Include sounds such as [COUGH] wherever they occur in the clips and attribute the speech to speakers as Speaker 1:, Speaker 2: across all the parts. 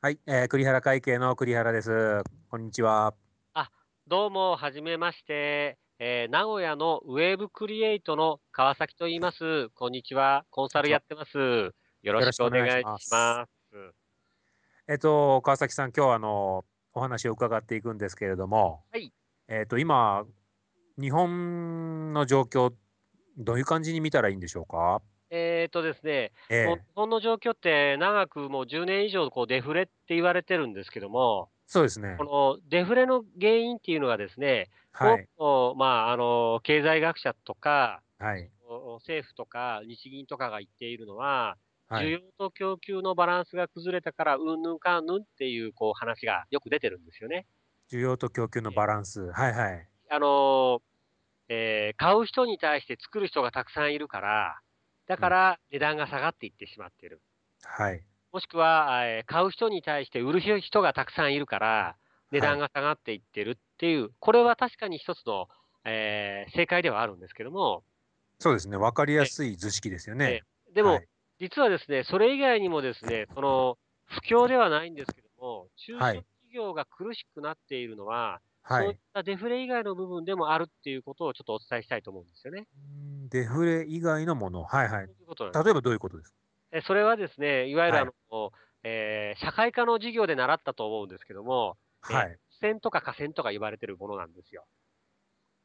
Speaker 1: はい、えー、栗原会計の栗原です。こんにちは。
Speaker 2: どうも、はじめまして。えー名古屋のウェブクリエイトの川崎と言います。こんにちは。コンサルやってます。よろしくお願いします。
Speaker 1: えっ、と川崎さん、今日はあのお話を伺っていくんですけれども、
Speaker 2: はい、
Speaker 1: えっ、と今日本の状況どういう感じに見たらいいんでしょうか。
Speaker 2: えっ、とですね、
Speaker 1: え
Speaker 2: もう
Speaker 1: え
Speaker 2: 日本の状況って長くもう10年以上こうデフレって言われてるんですけども、
Speaker 1: そうですね
Speaker 2: こ。のデフレの原因っていうのがですね、
Speaker 1: はい
Speaker 2: 多くのまあ、あの経済学者とか、
Speaker 1: はい
Speaker 2: お政府とか日銀とかが言っているのは、
Speaker 1: は
Speaker 2: 需
Speaker 1: い
Speaker 2: 要と供給のバランスが崩れたから、うんぬんかんぬんっていうこう話がよく出てるんですよね。
Speaker 1: 需要と供給のバランス、はいはい
Speaker 2: あのーえー買う人に対して作る人がたくさんいるから、だから値段が下がっていってしまっている。
Speaker 1: はい
Speaker 2: もしくは、えー買う人に対して売る人がたくさんいるから、値段が下がっていってるっていう、これは確かに一つの、えー正解ではあるんですけども、
Speaker 1: そうですね。わかりやすい図式ですよね。
Speaker 2: ええでも、
Speaker 1: はい
Speaker 2: 実はですね、それ以外にもですね、その不況ではないんですけども、中小
Speaker 1: はい
Speaker 2: 企業が苦しくなっているのは、
Speaker 1: は
Speaker 2: そういっ
Speaker 1: い。
Speaker 2: たデフレ以外の部分でもあるっていうことをちょっとお伝えしたいと思うんですよね。
Speaker 1: うんデフレ以外のもの、はいはい
Speaker 2: そう。いうことなんです
Speaker 1: 例えばどういうことですか。
Speaker 2: えそれはですね、いわゆる
Speaker 1: は
Speaker 2: あ
Speaker 1: い
Speaker 2: の、えー社会科の授業で習ったと思うんですけども、え
Speaker 1: はい。
Speaker 2: 線とか下線とか言われてるものなんですよ。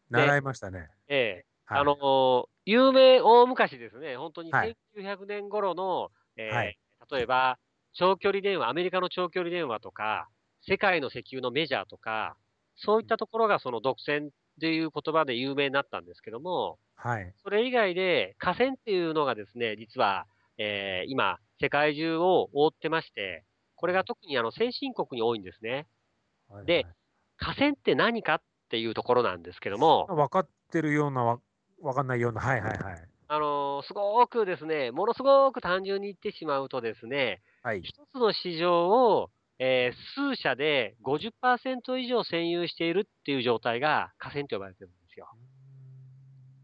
Speaker 1: 習いましたね。
Speaker 2: ええ
Speaker 1: はい、
Speaker 2: あの有名大昔ですね、本当に
Speaker 1: はい
Speaker 2: 1900年頃の、えー
Speaker 1: はい
Speaker 2: 例えば長距離電話、アメリカの長距離電話とか、世界の石油のメジャーとか、そういったところがその独占という言葉で有名になったんですけども、
Speaker 1: はい
Speaker 2: それ以外で河川っていうのがですね、実は、えー今、世界中を覆ってまして、これが特にあの先進国に多いんですね。
Speaker 1: はい
Speaker 2: で河川って何かっていうところなんですけども、
Speaker 1: 分かってるようなわ分かんないようなはいはいはい
Speaker 2: あのーすごくですね、ものすごく単純に言ってしまうとですね、
Speaker 1: はい
Speaker 2: 一つの市場を、えー数社で50%以上占有しているっていう状態が河川と呼ばれてるんですよ。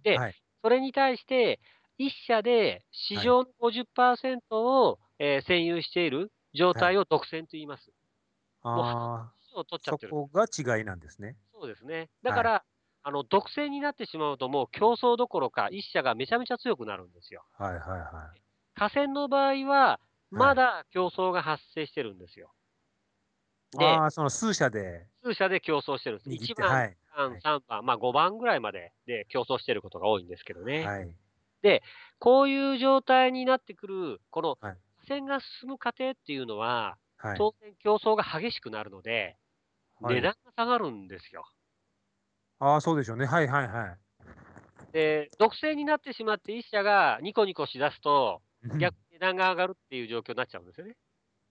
Speaker 2: で
Speaker 1: はい
Speaker 2: それに対して、一社で市場の50%を、えー占有している状態を独占と言います。もう
Speaker 1: あ
Speaker 2: 市場を取っ
Speaker 1: ー
Speaker 2: ちゃ
Speaker 1: そ
Speaker 2: ってる。
Speaker 1: こが違いなんですね
Speaker 2: そうですね。だから、あの独占になってしまうと、もう競争どころか、一社がめちゃめちゃ強くなるんですよ。
Speaker 1: はいはいはい
Speaker 2: 河川の場合は、まだ競争が発生してるんですよ。で、
Speaker 1: ああその数社で
Speaker 2: 数社で競争してるんです。
Speaker 1: 握っ
Speaker 2: 1
Speaker 1: て
Speaker 2: 番、
Speaker 1: はい
Speaker 2: 3
Speaker 1: はい
Speaker 2: 番、3番、まあ5番ぐらいまでで競争してることが多いんですけどね。
Speaker 1: はい
Speaker 2: こういう状態になってくる、この
Speaker 1: はい
Speaker 2: 河川が進む過程っていうのは、
Speaker 1: はい
Speaker 2: 当然競争が激しくなるので、
Speaker 1: はい
Speaker 2: 値段が下がるんですよ。
Speaker 1: ああそうでしょうねはいはいはい
Speaker 2: で、独占になってしまって1社がニコニコしだすと、
Speaker 1: うん
Speaker 2: 逆に値段が上がるっていう状況になっちゃうんですよね。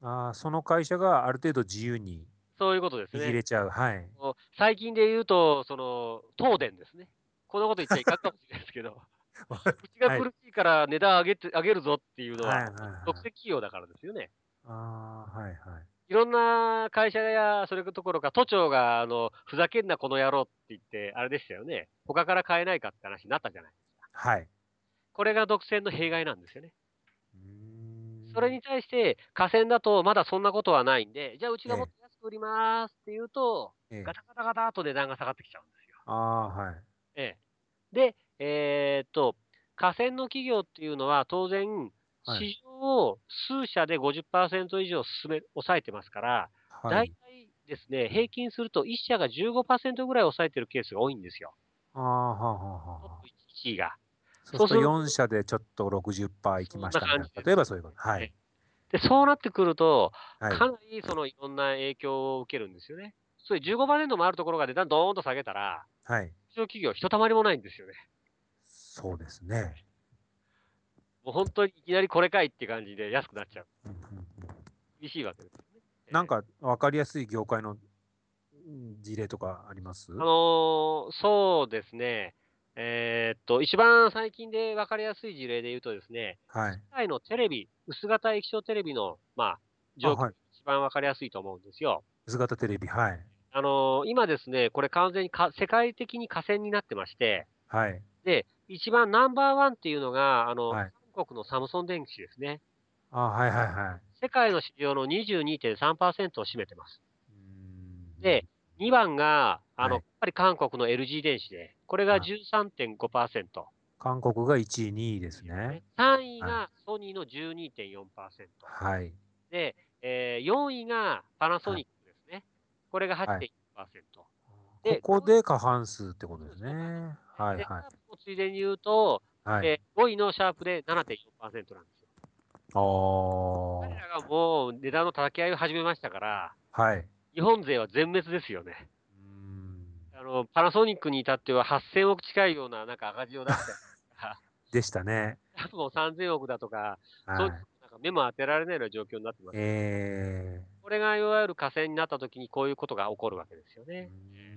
Speaker 1: あーその会社がある程度自由に
Speaker 2: そういうことですね。
Speaker 1: 握れちゃうはい
Speaker 2: もう最近で言うと、その東電ですね。こんなこと言っちゃいかんかもしれないですけど、
Speaker 1: [LAUGHS] は
Speaker 2: うちが苦しいから値段上げて上げるぞっていう
Speaker 1: い
Speaker 2: の
Speaker 1: はい
Speaker 2: は、
Speaker 1: は
Speaker 2: 独占
Speaker 1: い
Speaker 2: 企業だからですよね。
Speaker 1: ああはいはい
Speaker 2: いろんな会社や、それどころか、都庁があのふざけんな、この野郎って言って、あれでしたよね。他から買えないかって話になったじゃない。
Speaker 1: はい
Speaker 2: これが独占の弊害なんですよね。
Speaker 1: うーん
Speaker 2: それに対して、河川だとまだそんなことはないんで、じゃあうちがもっと安く売りますって言うと、
Speaker 1: ええ
Speaker 2: ガタガタガタと値段が下がってきちゃうんですよ。
Speaker 1: ああはい
Speaker 2: ええ、で、えーっと、河川の企業っていうのは、当然、
Speaker 1: はい
Speaker 2: 市場を数社で50%以上進め抑えてますから、
Speaker 1: は
Speaker 2: 大
Speaker 1: い
Speaker 2: 体ですね、平均すると1社が15%ぐらい抑えてるケースが多いんですよ、
Speaker 1: ああはあはあはあ
Speaker 2: トップ1位が。
Speaker 1: そうす
Speaker 2: そうする
Speaker 1: る
Speaker 2: と
Speaker 1: と4社でちょっと60%いきました
Speaker 2: そん
Speaker 1: み
Speaker 2: な
Speaker 1: たい
Speaker 2: 感じ
Speaker 1: な
Speaker 2: です
Speaker 1: 例えばそういうこと。はい。
Speaker 2: で、そうなってくると、
Speaker 1: はい、
Speaker 2: かなりそのいろんな影響を受けるんですよね。それ15%もあるところが値段ドーンと下げたら、
Speaker 1: はい。
Speaker 2: 中小企業、ひとたまりもないんですよね。
Speaker 1: そうですね。
Speaker 2: もう本当にいきなりこれかいって感じで安くなっちゃう。
Speaker 1: うんうん
Speaker 2: 厳しいわけですよね。ええ
Speaker 1: なんか分かりやすい業界のうん事例とかあります
Speaker 2: あのーそうですね、えーっと、一番最近で分かりやすい事例で言うとですね、
Speaker 1: はい。
Speaker 2: 世界のテレビ、薄型液晶テレビの、まあ、状
Speaker 1: あは
Speaker 2: 況が
Speaker 1: い。
Speaker 2: 一番分かりやすいと思うんですよ。
Speaker 1: 薄型テレビ。はい。
Speaker 2: あのー今ですね、これ完全にか世界的に河川になってまして、
Speaker 1: はい。
Speaker 2: 一番ナンバーワンっていうのが、あの、
Speaker 1: はい
Speaker 2: 韓国のサムソン電池ですね。
Speaker 1: あはいはいはい。
Speaker 2: 世界の市場の22.3%を占めてます。
Speaker 1: うん
Speaker 2: で、2番が、あ
Speaker 1: はい
Speaker 2: の、やっぱり韓国の LG 電子で、これが13.5%。
Speaker 1: 韓国が1位、2位ですね。
Speaker 2: 3位が
Speaker 1: は
Speaker 2: ソニーの12.4%。
Speaker 1: はい。
Speaker 2: で、えー4位がパナソニックですね。これが8.1%。で
Speaker 1: ここで過半数ってことですね。はい
Speaker 2: で
Speaker 1: は
Speaker 2: ついでに言うと、
Speaker 1: い。はい。
Speaker 2: えー5位のシャープで7.4%なんですよ。
Speaker 1: ああ。
Speaker 2: 彼らがもう値段の叩き合いを始めましたから、
Speaker 1: はい。
Speaker 2: 日本勢は全滅ですよね。
Speaker 1: うん
Speaker 2: あのパナソニックに至っては8000億近いようななんか赤字を
Speaker 1: [LAUGHS]
Speaker 2: 出して、
Speaker 1: でしたね。
Speaker 2: 多分もう3000億だとか、そ
Speaker 1: はい
Speaker 2: うなん。か目も当てられないような状況になってます。
Speaker 1: え
Speaker 2: これがいわゆる河川になった時にこういうことが起こるわけですよ
Speaker 1: ー
Speaker 2: ね。
Speaker 1: う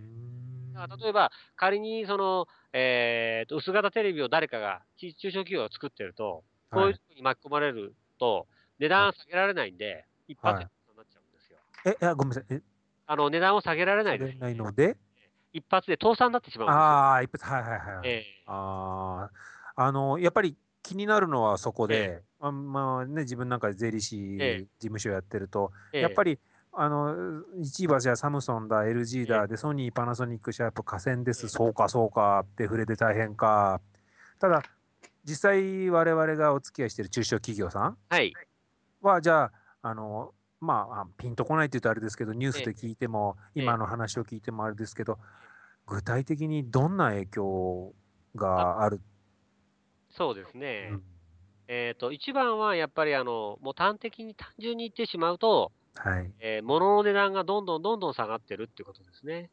Speaker 1: ん
Speaker 2: だから例えば、仮にその、えーと薄型テレビを誰かが、ち中小企業が作ってると、こういうとこに巻き込まれると、値段下げられないんで、一発でになっちゃうんですよ。
Speaker 1: え、あごめんなさい。え、
Speaker 2: あの値段を下げられないで
Speaker 1: れ
Speaker 2: す。
Speaker 1: ないので、
Speaker 2: 一発で倒産になってしまうん
Speaker 1: ああ、一発、はいはいはい。
Speaker 2: ですよ。ええ
Speaker 1: ああ、あの、やっぱり気になるのはそこで、あまあね、自分なんか税理士
Speaker 2: ええ
Speaker 1: 事務所やってると、
Speaker 2: ええ
Speaker 1: やっぱり、あの1位はじゃあサムソンだ、LG
Speaker 2: え
Speaker 1: だ、で、ソニー、パナソニック、シャープ、河川で
Speaker 2: ええ
Speaker 1: す、そうか、そうかって触れて大変か。ただ、実際、我々がお付き合いしている中小企業さん
Speaker 2: はい。
Speaker 1: は、じゃあ、あの、まああ、ピンとこないって言うとあれですけど、ニュースで聞いても、
Speaker 2: ええ
Speaker 1: 今の話を聞いてもあれですけど、具体的にどんな影響がある
Speaker 2: そうですね。
Speaker 1: うん
Speaker 2: えっ、と、一番はやっぱりあの、もう端的に単純に言ってしまうと、
Speaker 1: はい、
Speaker 2: えー物の値段がどんどんどんどん下がってるってことですね。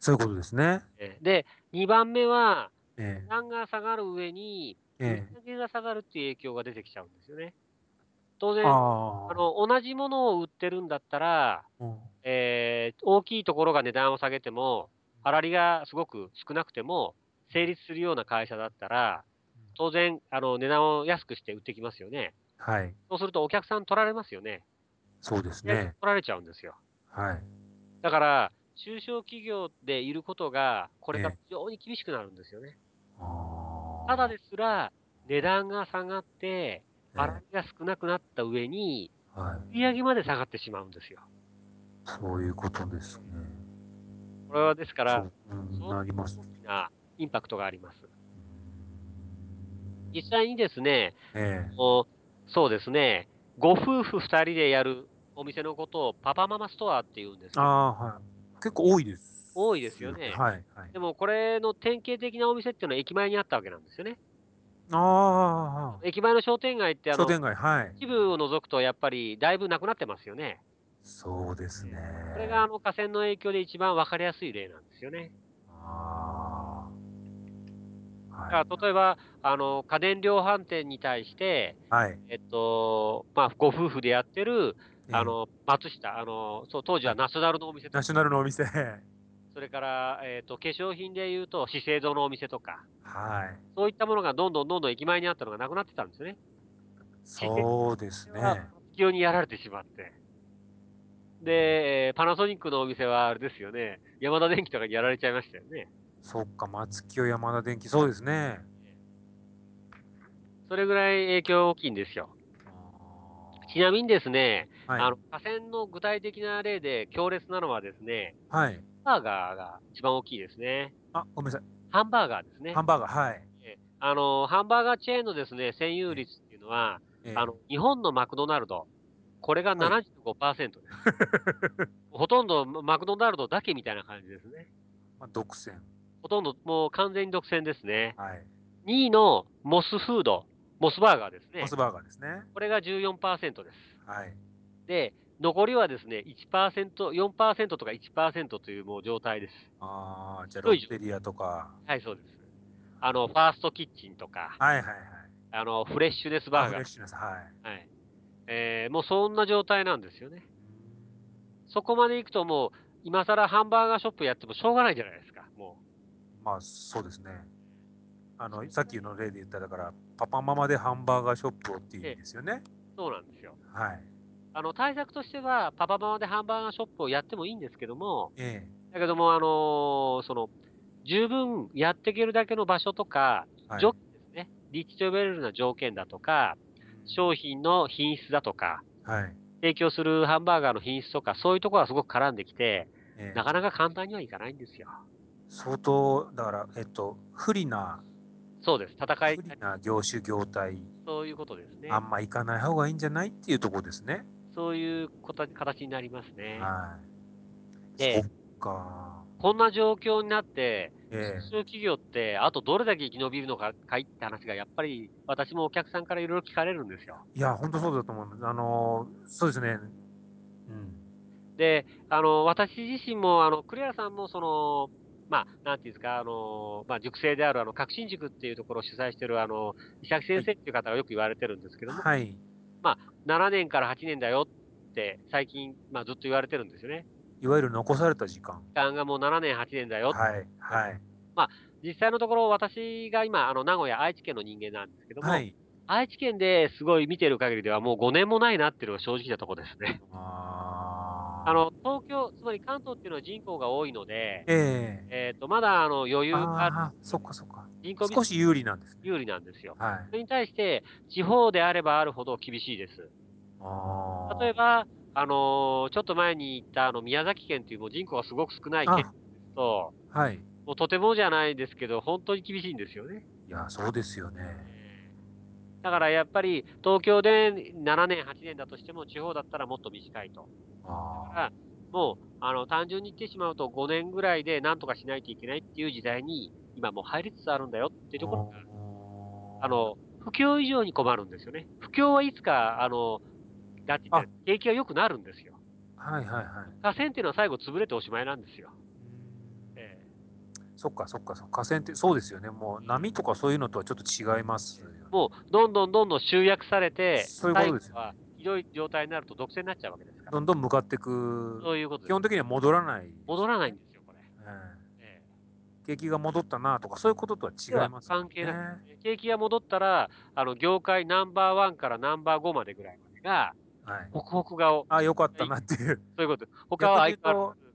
Speaker 1: そういうことですね。
Speaker 2: えーで、2番目は、
Speaker 1: え
Speaker 2: 値段が下がる上に、
Speaker 1: ええ
Speaker 2: 売り上げが下がるっていう影響が出てきちゃうんですよね。当
Speaker 1: え
Speaker 2: 然、あ
Speaker 1: ああ
Speaker 2: の、同じものを売ってるんだったら、
Speaker 1: うん
Speaker 2: えー大きいところが値段を下げても、粗利がすごく少なくても、成立するような会社だったら、当然、あの、値段を安くして売ってきますよね。
Speaker 1: はい、
Speaker 2: そうするとお客さん取られますよね。
Speaker 1: そうです
Speaker 2: 取
Speaker 1: ね。
Speaker 2: られちゃうんですよ。
Speaker 1: はい、
Speaker 2: だから、中小企業でいることが、これが
Speaker 1: え
Speaker 2: 非
Speaker 1: え
Speaker 2: 常に厳しくなるんですよね。
Speaker 1: ああ
Speaker 2: ただですら、値段が下がって、
Speaker 1: ええ
Speaker 2: 粗利が少なくなった上に、
Speaker 1: はい、
Speaker 2: 売上まで下がってしまうんですよ。
Speaker 1: そういうことですね。
Speaker 2: これはですから、
Speaker 1: そううん
Speaker 2: そう
Speaker 1: なります
Speaker 2: 大。きなインパクトがあります。実際にですね、
Speaker 1: え
Speaker 2: おそうですね、ご夫婦2人でやるお店のことをパパママストアっていうん
Speaker 1: え、
Speaker 2: ですけど
Speaker 1: ああー、はい。結構多いです。
Speaker 2: 多いですよね
Speaker 1: はい、はい
Speaker 2: で。もこれの典型的なお店っていうのは駅前にあったわけなんですよね。
Speaker 1: あ
Speaker 2: 駅前の商店街って
Speaker 1: あ、
Speaker 2: あ
Speaker 1: 商
Speaker 2: の、
Speaker 1: 店街、はい。
Speaker 2: 一部を除くとやっぱりだいぶなくなってますよね。
Speaker 1: そうですね。
Speaker 2: これがあの河川の影響で一番わかりやすい例なんですよね。
Speaker 1: ああ、
Speaker 2: だ
Speaker 1: は
Speaker 2: か
Speaker 1: い、
Speaker 2: ら例えば、あの、家電量販店に対して、
Speaker 1: はい、
Speaker 2: えっと、まあ、ご夫婦でやってる、
Speaker 1: ええ
Speaker 2: あ、の、松下、あの、そう、当時はナショナルのお店と
Speaker 1: ナ
Speaker 2: か、
Speaker 1: ショナルのお店、 [LAUGHS] はい、
Speaker 2: それから、えっと、化粧品で言うと、資生堂のお店とか、そういったものがどんどんどんどん駅前にあったのがなくなってたんですよね。
Speaker 1: そうですね。
Speaker 2: [LAUGHS] 不況にやられてしまって。で、えーパナソニックのお店はあれですよね、山田電機とかにやられちゃいましたよね。
Speaker 1: そっか、松清山田電機、そうですね。
Speaker 2: それぐらい影響大きいんですよ。ちなみにですね、
Speaker 1: はい、
Speaker 2: あの、河川の具体的な例で強烈なのはですね、
Speaker 1: はい。
Speaker 2: ハンバーガーが一番大きいですね。
Speaker 1: あ、ごめんなさ
Speaker 2: ハンバーガーですね
Speaker 1: い。ハ。ンバーガー、はい。
Speaker 2: えーあの、ハンバーガーチェーンのですね、占有率っていうのは、
Speaker 1: えー
Speaker 2: あの、日本のマクドナルド、これが75%
Speaker 1: は
Speaker 2: です。
Speaker 1: [LAUGHS]
Speaker 2: ほとんどマクドナルドだけみたいな感じですね。
Speaker 1: まあ、独占。
Speaker 2: ほとんどもう完全に独占ですね。
Speaker 1: はい。
Speaker 2: 2位のモスフード、モスバーガーですね
Speaker 1: モ。スバーガーですね。
Speaker 2: これが14%です。
Speaker 1: はい。
Speaker 2: で、残りはですね、1%、4%とか1%というもう状態です。
Speaker 1: ああ、じゃあ、
Speaker 2: ど
Speaker 1: ロ
Speaker 2: ういう
Speaker 1: ッテリアとか。
Speaker 2: はい、そうです。あの、ファーストキッチンとか、
Speaker 1: はいはいはい。
Speaker 2: あの、フレッシュネス
Speaker 1: あ
Speaker 2: バー
Speaker 1: フ
Speaker 2: ガ
Speaker 1: レッ
Speaker 2: ー。
Speaker 1: シュネス、はい。
Speaker 2: はい。えーもうそんな状態なんですよね。そこまで行くともう、今更ハンバーガーショップやってもしょうがないじゃないですか、も
Speaker 1: まあ、そうですね。あの、さっきの例で言った、だから、パパママでハンバーガーショップをっていう意味ですよね。
Speaker 2: う。そうなんですよ。
Speaker 1: はい。
Speaker 2: あの、対策としては、パパママでハンバーガーショップをやってもいいんですけども、
Speaker 1: え
Speaker 2: だけども、あのーその、十分やっていけるだけの場所とか、
Speaker 1: えはい
Speaker 2: 条件ですね。立地と呼べるような条件だとか、商品の品質だとか、
Speaker 1: はい。
Speaker 2: 提供するハンバーガーの品質とか、そういうところがすごく絡んできて、
Speaker 1: ええ
Speaker 2: なかなか簡単にはいかないんですよ。
Speaker 1: 相当だから、えっと、不利な、
Speaker 2: そうです。戦い
Speaker 1: 不、利な業種業態、
Speaker 2: そういうことですね
Speaker 1: あ。んま行かない方がいいんじゃないっていうところですね。
Speaker 2: そういうこと形になりますね。
Speaker 1: はい。
Speaker 2: で
Speaker 1: そっか。
Speaker 2: こんな状況になって、
Speaker 1: え
Speaker 2: そういう企業って、あとどれだけ生き延びるのかかいって話が、やっぱり私もお客さんからいろいろ聞かれるんですよ。
Speaker 1: えいや、本当そうだと思います。あのーそうですね。うん。
Speaker 2: で、あの、私自身も、あの、クレアさんも、その、まあ、なんていうんですか、あの、まあ、塾生である、あの、革新塾っていうところを主催してる、あの、石崎先生っていう方がよく言われてるんですけども、
Speaker 1: はい。
Speaker 2: 7年から8年だよって、最近、まあ、ずっと言われてるんですよね。
Speaker 1: いわゆる残された時間。
Speaker 2: 時間がもう7年、8年だよ。
Speaker 1: はい。はい。
Speaker 2: 実際のところ、私が今、あの、名古屋、愛知県の人間なんですけども、
Speaker 1: はい。
Speaker 2: 愛知県ですごい見てる限りでは、もう5年もないなっていうのが正直なところですね。
Speaker 1: あー
Speaker 2: あ、の、東京、つまり関東っていうのは人口が多いので、
Speaker 1: ええ
Speaker 2: えっ、と、まだ、あの、余裕がある、
Speaker 1: ああ、そっかそっか。
Speaker 2: 人口
Speaker 1: 少し有利なんですね。
Speaker 2: 有利なんですよ。
Speaker 1: はい。
Speaker 2: それに対して、地方であればあるほど厳しいです。
Speaker 1: あー
Speaker 2: 例え、ば、あのーちょっと前に言ったあの宮崎県というもう人口がすごく少ない県
Speaker 1: あ
Speaker 2: と、
Speaker 1: はい。
Speaker 2: もうとてもじゃないですけど、本当に厳しいんですよね。
Speaker 1: いや、そうですよね。
Speaker 2: だからやっぱり、東京で7年、8年だとしても、地方だったらもっと短いと。
Speaker 1: あ
Speaker 2: もう、あの、単純に言ってしまうと、5年ぐらいで何とかしないといけないっていう時代に、今もう入りつつあるんだよっていうところが
Speaker 1: ろ
Speaker 2: あ、の、不況以上に困るんですよね。不況はいつか、あの、だって言ったら景気が良くなるんですよ。
Speaker 1: はいはいはい。
Speaker 2: 河川っていうのは最後潰れておしまいなんですよ。ええ
Speaker 1: そっかそっかそっか。河川って、そうですよね。もう波とかそういうのとはちょっと違いますよね。
Speaker 2: もう、どんどんどんどん集約されて、
Speaker 1: そういうことですよね
Speaker 2: 最後はひどい状態になると独占になっちゃうわけですから。
Speaker 1: どんどん向かっていく。
Speaker 2: そういうことで
Speaker 1: 基
Speaker 2: す
Speaker 1: 本。的には戻らない。
Speaker 2: 戻らないん
Speaker 1: え
Speaker 2: ですよ、これ。
Speaker 1: え
Speaker 2: え
Speaker 1: 景気が戻ったなとか、そういうこととは違いますよね。
Speaker 2: 関係なえ景気が戻ったら、あの、業界ナンバーワンからナンバー5までぐらいまでが、
Speaker 1: はい。
Speaker 2: ホクホク顔。
Speaker 1: あ、よかったなっていう。
Speaker 2: そういうこと。他は相変わらず。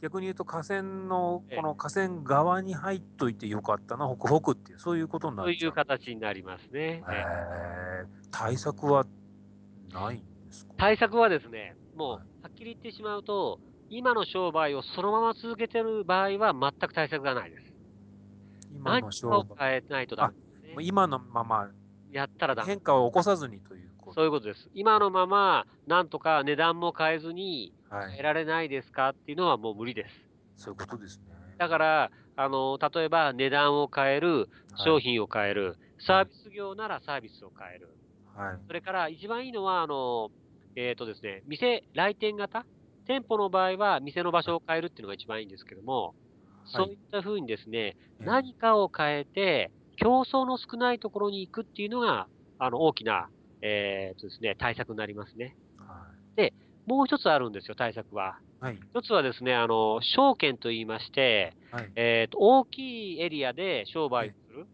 Speaker 1: 逆に言うと河川の
Speaker 2: ええ
Speaker 1: この河川側に入っといてよかったな、ホクホクっていうそういうことにな
Speaker 2: そう
Speaker 1: っ
Speaker 2: い
Speaker 1: ちゃ
Speaker 2: う
Speaker 1: う。
Speaker 2: 形になりますね。え
Speaker 1: へ
Speaker 2: え
Speaker 1: え対策はないんですか。
Speaker 2: 対策はですね、もう
Speaker 1: はい
Speaker 2: はっきり言ってしまうと、今の商売をそのまま続けてる場合は全く対策がないです。
Speaker 1: 今
Speaker 2: 何
Speaker 1: の
Speaker 2: か
Speaker 1: 商
Speaker 2: を変えないとダメです
Speaker 1: 売、
Speaker 2: ね。
Speaker 1: 今のまま
Speaker 2: やったらダメ。
Speaker 1: 変化を起こさずにということ。
Speaker 2: そういうことです。今のまま、なんとか値段も変えずに
Speaker 1: は
Speaker 2: 変え
Speaker 1: い、
Speaker 2: られないですかっていうのはもう無理です。
Speaker 1: そういうことですね。
Speaker 2: だから、あの、例えば値段を変える、商
Speaker 1: はい
Speaker 2: 品を変える、サービス業ならサービスを変える。
Speaker 1: はい
Speaker 2: それから一番いいのは、あの、えっ、とですね、店、来店型店舗の場合は、店の場所を変えるっていうのが一番いいんですけども、
Speaker 1: はい
Speaker 2: そういったふうにですね、
Speaker 1: ええ
Speaker 2: 何かを変えて、競争の少ないところに行くっていうのが、あの、大きな、えっ、とですね、対策になりますね。
Speaker 1: は
Speaker 2: もう一つあるんですよ、対策は。
Speaker 1: いはい
Speaker 2: 一つはですね、あの、証券と言いまして、
Speaker 1: はい
Speaker 2: えっ、と、大きいエリアで商売をする。
Speaker 1: はい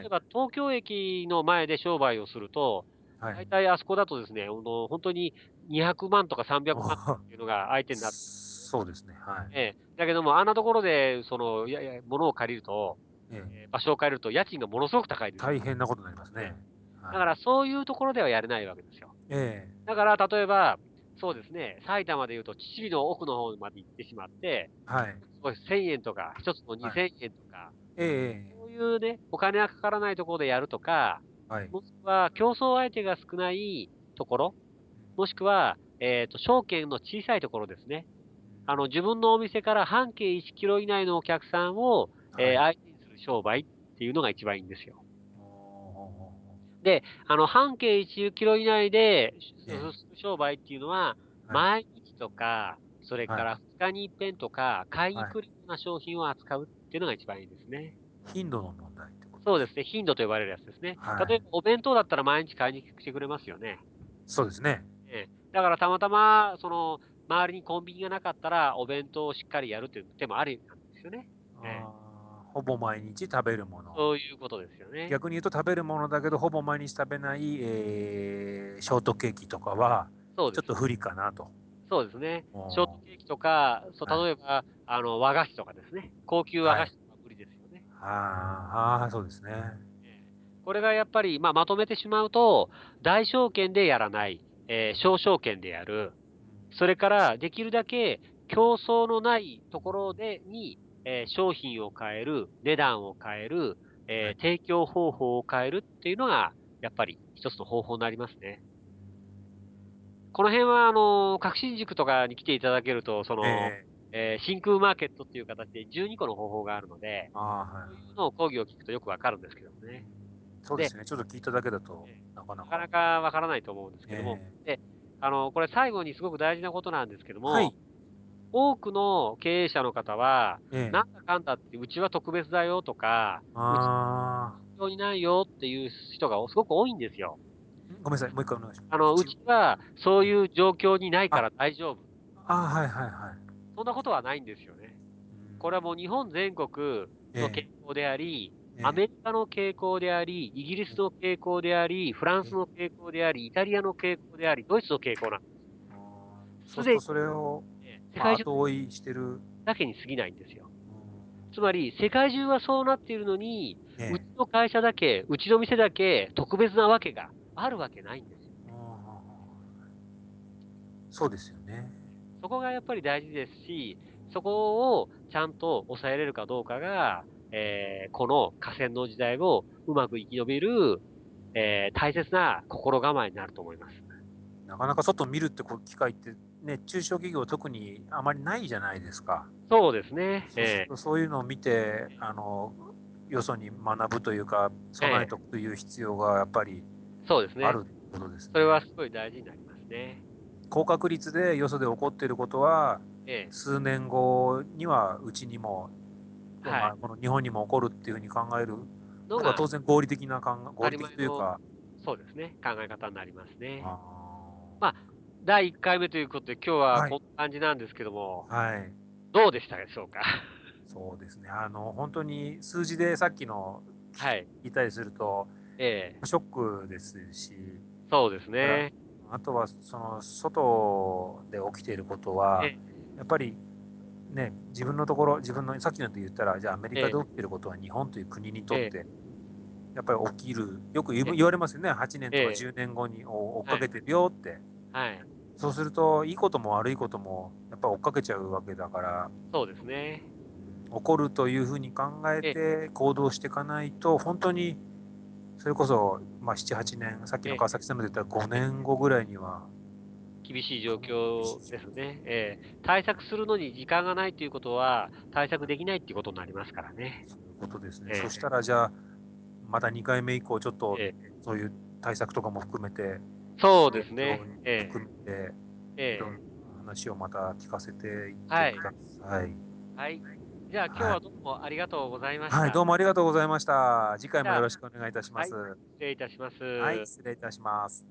Speaker 2: 例えば、東京駅の前で商売をすると、
Speaker 1: は
Speaker 2: 大
Speaker 1: い。
Speaker 2: 体あそこだとですね、あの本当に200万とか300万
Speaker 1: お
Speaker 2: っていうのが相手になって、
Speaker 1: そうですね。はい。
Speaker 2: ええだけども、あんなところで、その、いやいや、物を借りると、
Speaker 1: ええ
Speaker 2: えー場所を変えると、家賃がものすごく高いです。
Speaker 1: 大変なことになりますね。
Speaker 2: だ
Speaker 1: だ
Speaker 2: から、そういうところではやれないわけですよ。
Speaker 1: ええ
Speaker 2: だから、例えば、そうですね、埼玉でいうと、秩父の奥の方まで行ってしまって、
Speaker 1: はい。
Speaker 2: すごい1000円とか、一つの2000円とか、
Speaker 1: え
Speaker 2: そういうね、お金がかからないところでやるとか、
Speaker 1: えはい。
Speaker 2: もしくは競争相手が少ないところ、もしくは、えー、と証券の小さいところですね。あの自分のお店から半径1キロ以内のお客さんを、えー
Speaker 1: はい
Speaker 2: 相手にする商売っていうのが一番いいんですよ。
Speaker 1: おーお
Speaker 2: あの半径1キロ以内で
Speaker 1: ええ
Speaker 2: すする商売っていうのは、毎日とか、それから2日に一遍とか、買いに来るような商品を扱うっていうのが一番いいですね。
Speaker 1: ーおー頻度の問題ってこと
Speaker 2: そうですね、頻度と呼ばれるやつですね。
Speaker 1: はい
Speaker 2: 例えばお弁当だったら毎日買いに来てくれますよね。
Speaker 1: そうですね。
Speaker 2: ええだからたまたま、その、周りにコンビニがなかったら、お弁当をしっかりやるという手もありなんですよね。ええ
Speaker 1: あーほぼ毎日食べるもの。
Speaker 2: そういうことですよね。
Speaker 1: 逆に言うと食べるものだけど、ほぼ毎日食べない、えーショートケーキとかは、
Speaker 2: そう
Speaker 1: ちょっ
Speaker 2: です。
Speaker 1: と不利かなと。
Speaker 2: そうですね。
Speaker 1: おー
Speaker 2: ショートケーキとか、そう
Speaker 1: は
Speaker 2: 例えば、あの、和菓子とかですね。高級和菓子とか無理ですよね。
Speaker 1: あーあー、そうですね。
Speaker 2: ええこれがやっぱり、まあ、まとめてしまうと、大証券でやらない、えー、小証券でやる。それから、できるだけ競争のないところでに、えー商品を変える、値段を変える、えー提供方法を変えるっていうのが、やっぱり一つの方法になりますね。この辺は、あのー、革新塾とかに来ていただけると、その、
Speaker 1: え
Speaker 2: えー真空マーケットっていう形で12個の方法があるので、
Speaker 1: ー、あーはい
Speaker 2: そういうのを講義を聞くとよくわかるんですけどもね。
Speaker 1: そうですねちょっと聞いただけだと
Speaker 2: え
Speaker 1: なかな
Speaker 2: なか
Speaker 1: か
Speaker 2: なかわからないと思うんですけども、
Speaker 1: え
Speaker 2: あの、これ最後にすごく大事なことなんですけど
Speaker 1: ー
Speaker 2: も、
Speaker 1: はい
Speaker 2: 多くの経営者の方は、
Speaker 1: えー
Speaker 2: なんだかんだって、うちは特別だよとか、
Speaker 1: あー
Speaker 2: 必要にないよっていう人がすごく多いんですよ。
Speaker 1: ごめんなさいもう一回お願いします
Speaker 2: あの、うちはそういう状況にないから大丈夫。
Speaker 1: あーはいはいはい
Speaker 2: そんなことはないんですよね。これはもう日本全国の傾向であり、
Speaker 1: えー
Speaker 2: アメリカの傾向であり、イギリスの傾向であり、フランスの傾向であり、イタリアの傾向であり、ドイツの傾向なん
Speaker 1: うん
Speaker 2: す
Speaker 1: そう
Speaker 2: です
Speaker 1: るとそれを
Speaker 2: で、世
Speaker 1: まあ
Speaker 2: 界中
Speaker 1: 後追いしてる、
Speaker 2: だけに過ぎないんですよ
Speaker 1: う。
Speaker 2: つまり、世界中はそうなっているのに、
Speaker 1: んえ
Speaker 2: う
Speaker 1: え
Speaker 2: ちの会社だけ、うちの店だけ特別なわけがあるわけないんですよ。
Speaker 1: うんそうですよね。
Speaker 2: そこがやっぱり大事ですし、そこをちゃんと抑えれるかどうかが、えーこの河川の時代をうまく生き延びる、えー大切な心構えになると思います。
Speaker 1: なかなか外見るってこう機会って、ね、中小企業特にあまりないじゃないですか。
Speaker 2: そうですね。
Speaker 1: そうす
Speaker 2: え
Speaker 1: るとそういうのを見て、あのよそに学ぶというか、備えとくという必要がやっぱり
Speaker 2: ーそうですね
Speaker 1: あ。るってことです、ね
Speaker 2: それはすごい大事になりますね。
Speaker 1: 高確率でよそで起こっていることは、
Speaker 2: え
Speaker 1: 数年後にはうちにも、ま
Speaker 2: えは
Speaker 1: あこの日本にも起こるっていうふうに考える
Speaker 2: い。
Speaker 1: の
Speaker 2: の
Speaker 1: が
Speaker 2: が
Speaker 1: 当、然合理的な考え、合理的というか。
Speaker 2: そうですね。考え方になりますね。
Speaker 1: あー
Speaker 2: ま第1回目ということで、今日ははいこんな感じなんですけども、
Speaker 1: はい
Speaker 2: どうでしたでしょうか。
Speaker 1: そうですね、あの本当に数字でさっきの
Speaker 2: [LAUGHS] はい。
Speaker 1: 聞いたりすると、
Speaker 2: ええ
Speaker 1: ショックですし、
Speaker 2: そうですね。
Speaker 1: あとはその外で起きていることは、
Speaker 2: え
Speaker 1: やっぱりね、自分のところ、自分のさっきのと言ったら、じゃあアメリカで起きていることは日本という国にとって、やっぱり起きる、よく言
Speaker 2: え
Speaker 1: う言われますよね、8年とか
Speaker 2: ええ
Speaker 1: 10年後にお追っかけてるよって、
Speaker 2: はい。
Speaker 1: そうすると、いいことも悪いことも、やっぱり追っかけちゃうわけだから。
Speaker 2: そうですね。
Speaker 1: 起こるというふうに考えて行動していかないと、本当にそれこそ、まあ、7、8年、さっき
Speaker 2: ええ
Speaker 1: の川崎さんも言った5年後ぐらいには、
Speaker 2: 厳しい状況ですね。ええ対策するのに時間がないということは、対策できないっていうことになりますからね。
Speaker 1: そういうことですね、
Speaker 2: ええ
Speaker 1: そしたらじゃあ、また2回目以降、ちょっと
Speaker 2: え
Speaker 1: そういう対策とかも含めて、
Speaker 2: そうですね。
Speaker 1: え
Speaker 2: え
Speaker 1: 含めて、
Speaker 2: ええ
Speaker 1: いろんな話をまた聞かせていってく
Speaker 2: はい
Speaker 1: ださい。
Speaker 2: えはい。じゃあ、今日はどうもありがとうございました。
Speaker 1: はい、どうもありがとうございました。次回もよろしくお願いいたします。
Speaker 2: 失礼いたします。
Speaker 1: はい、失礼いたします。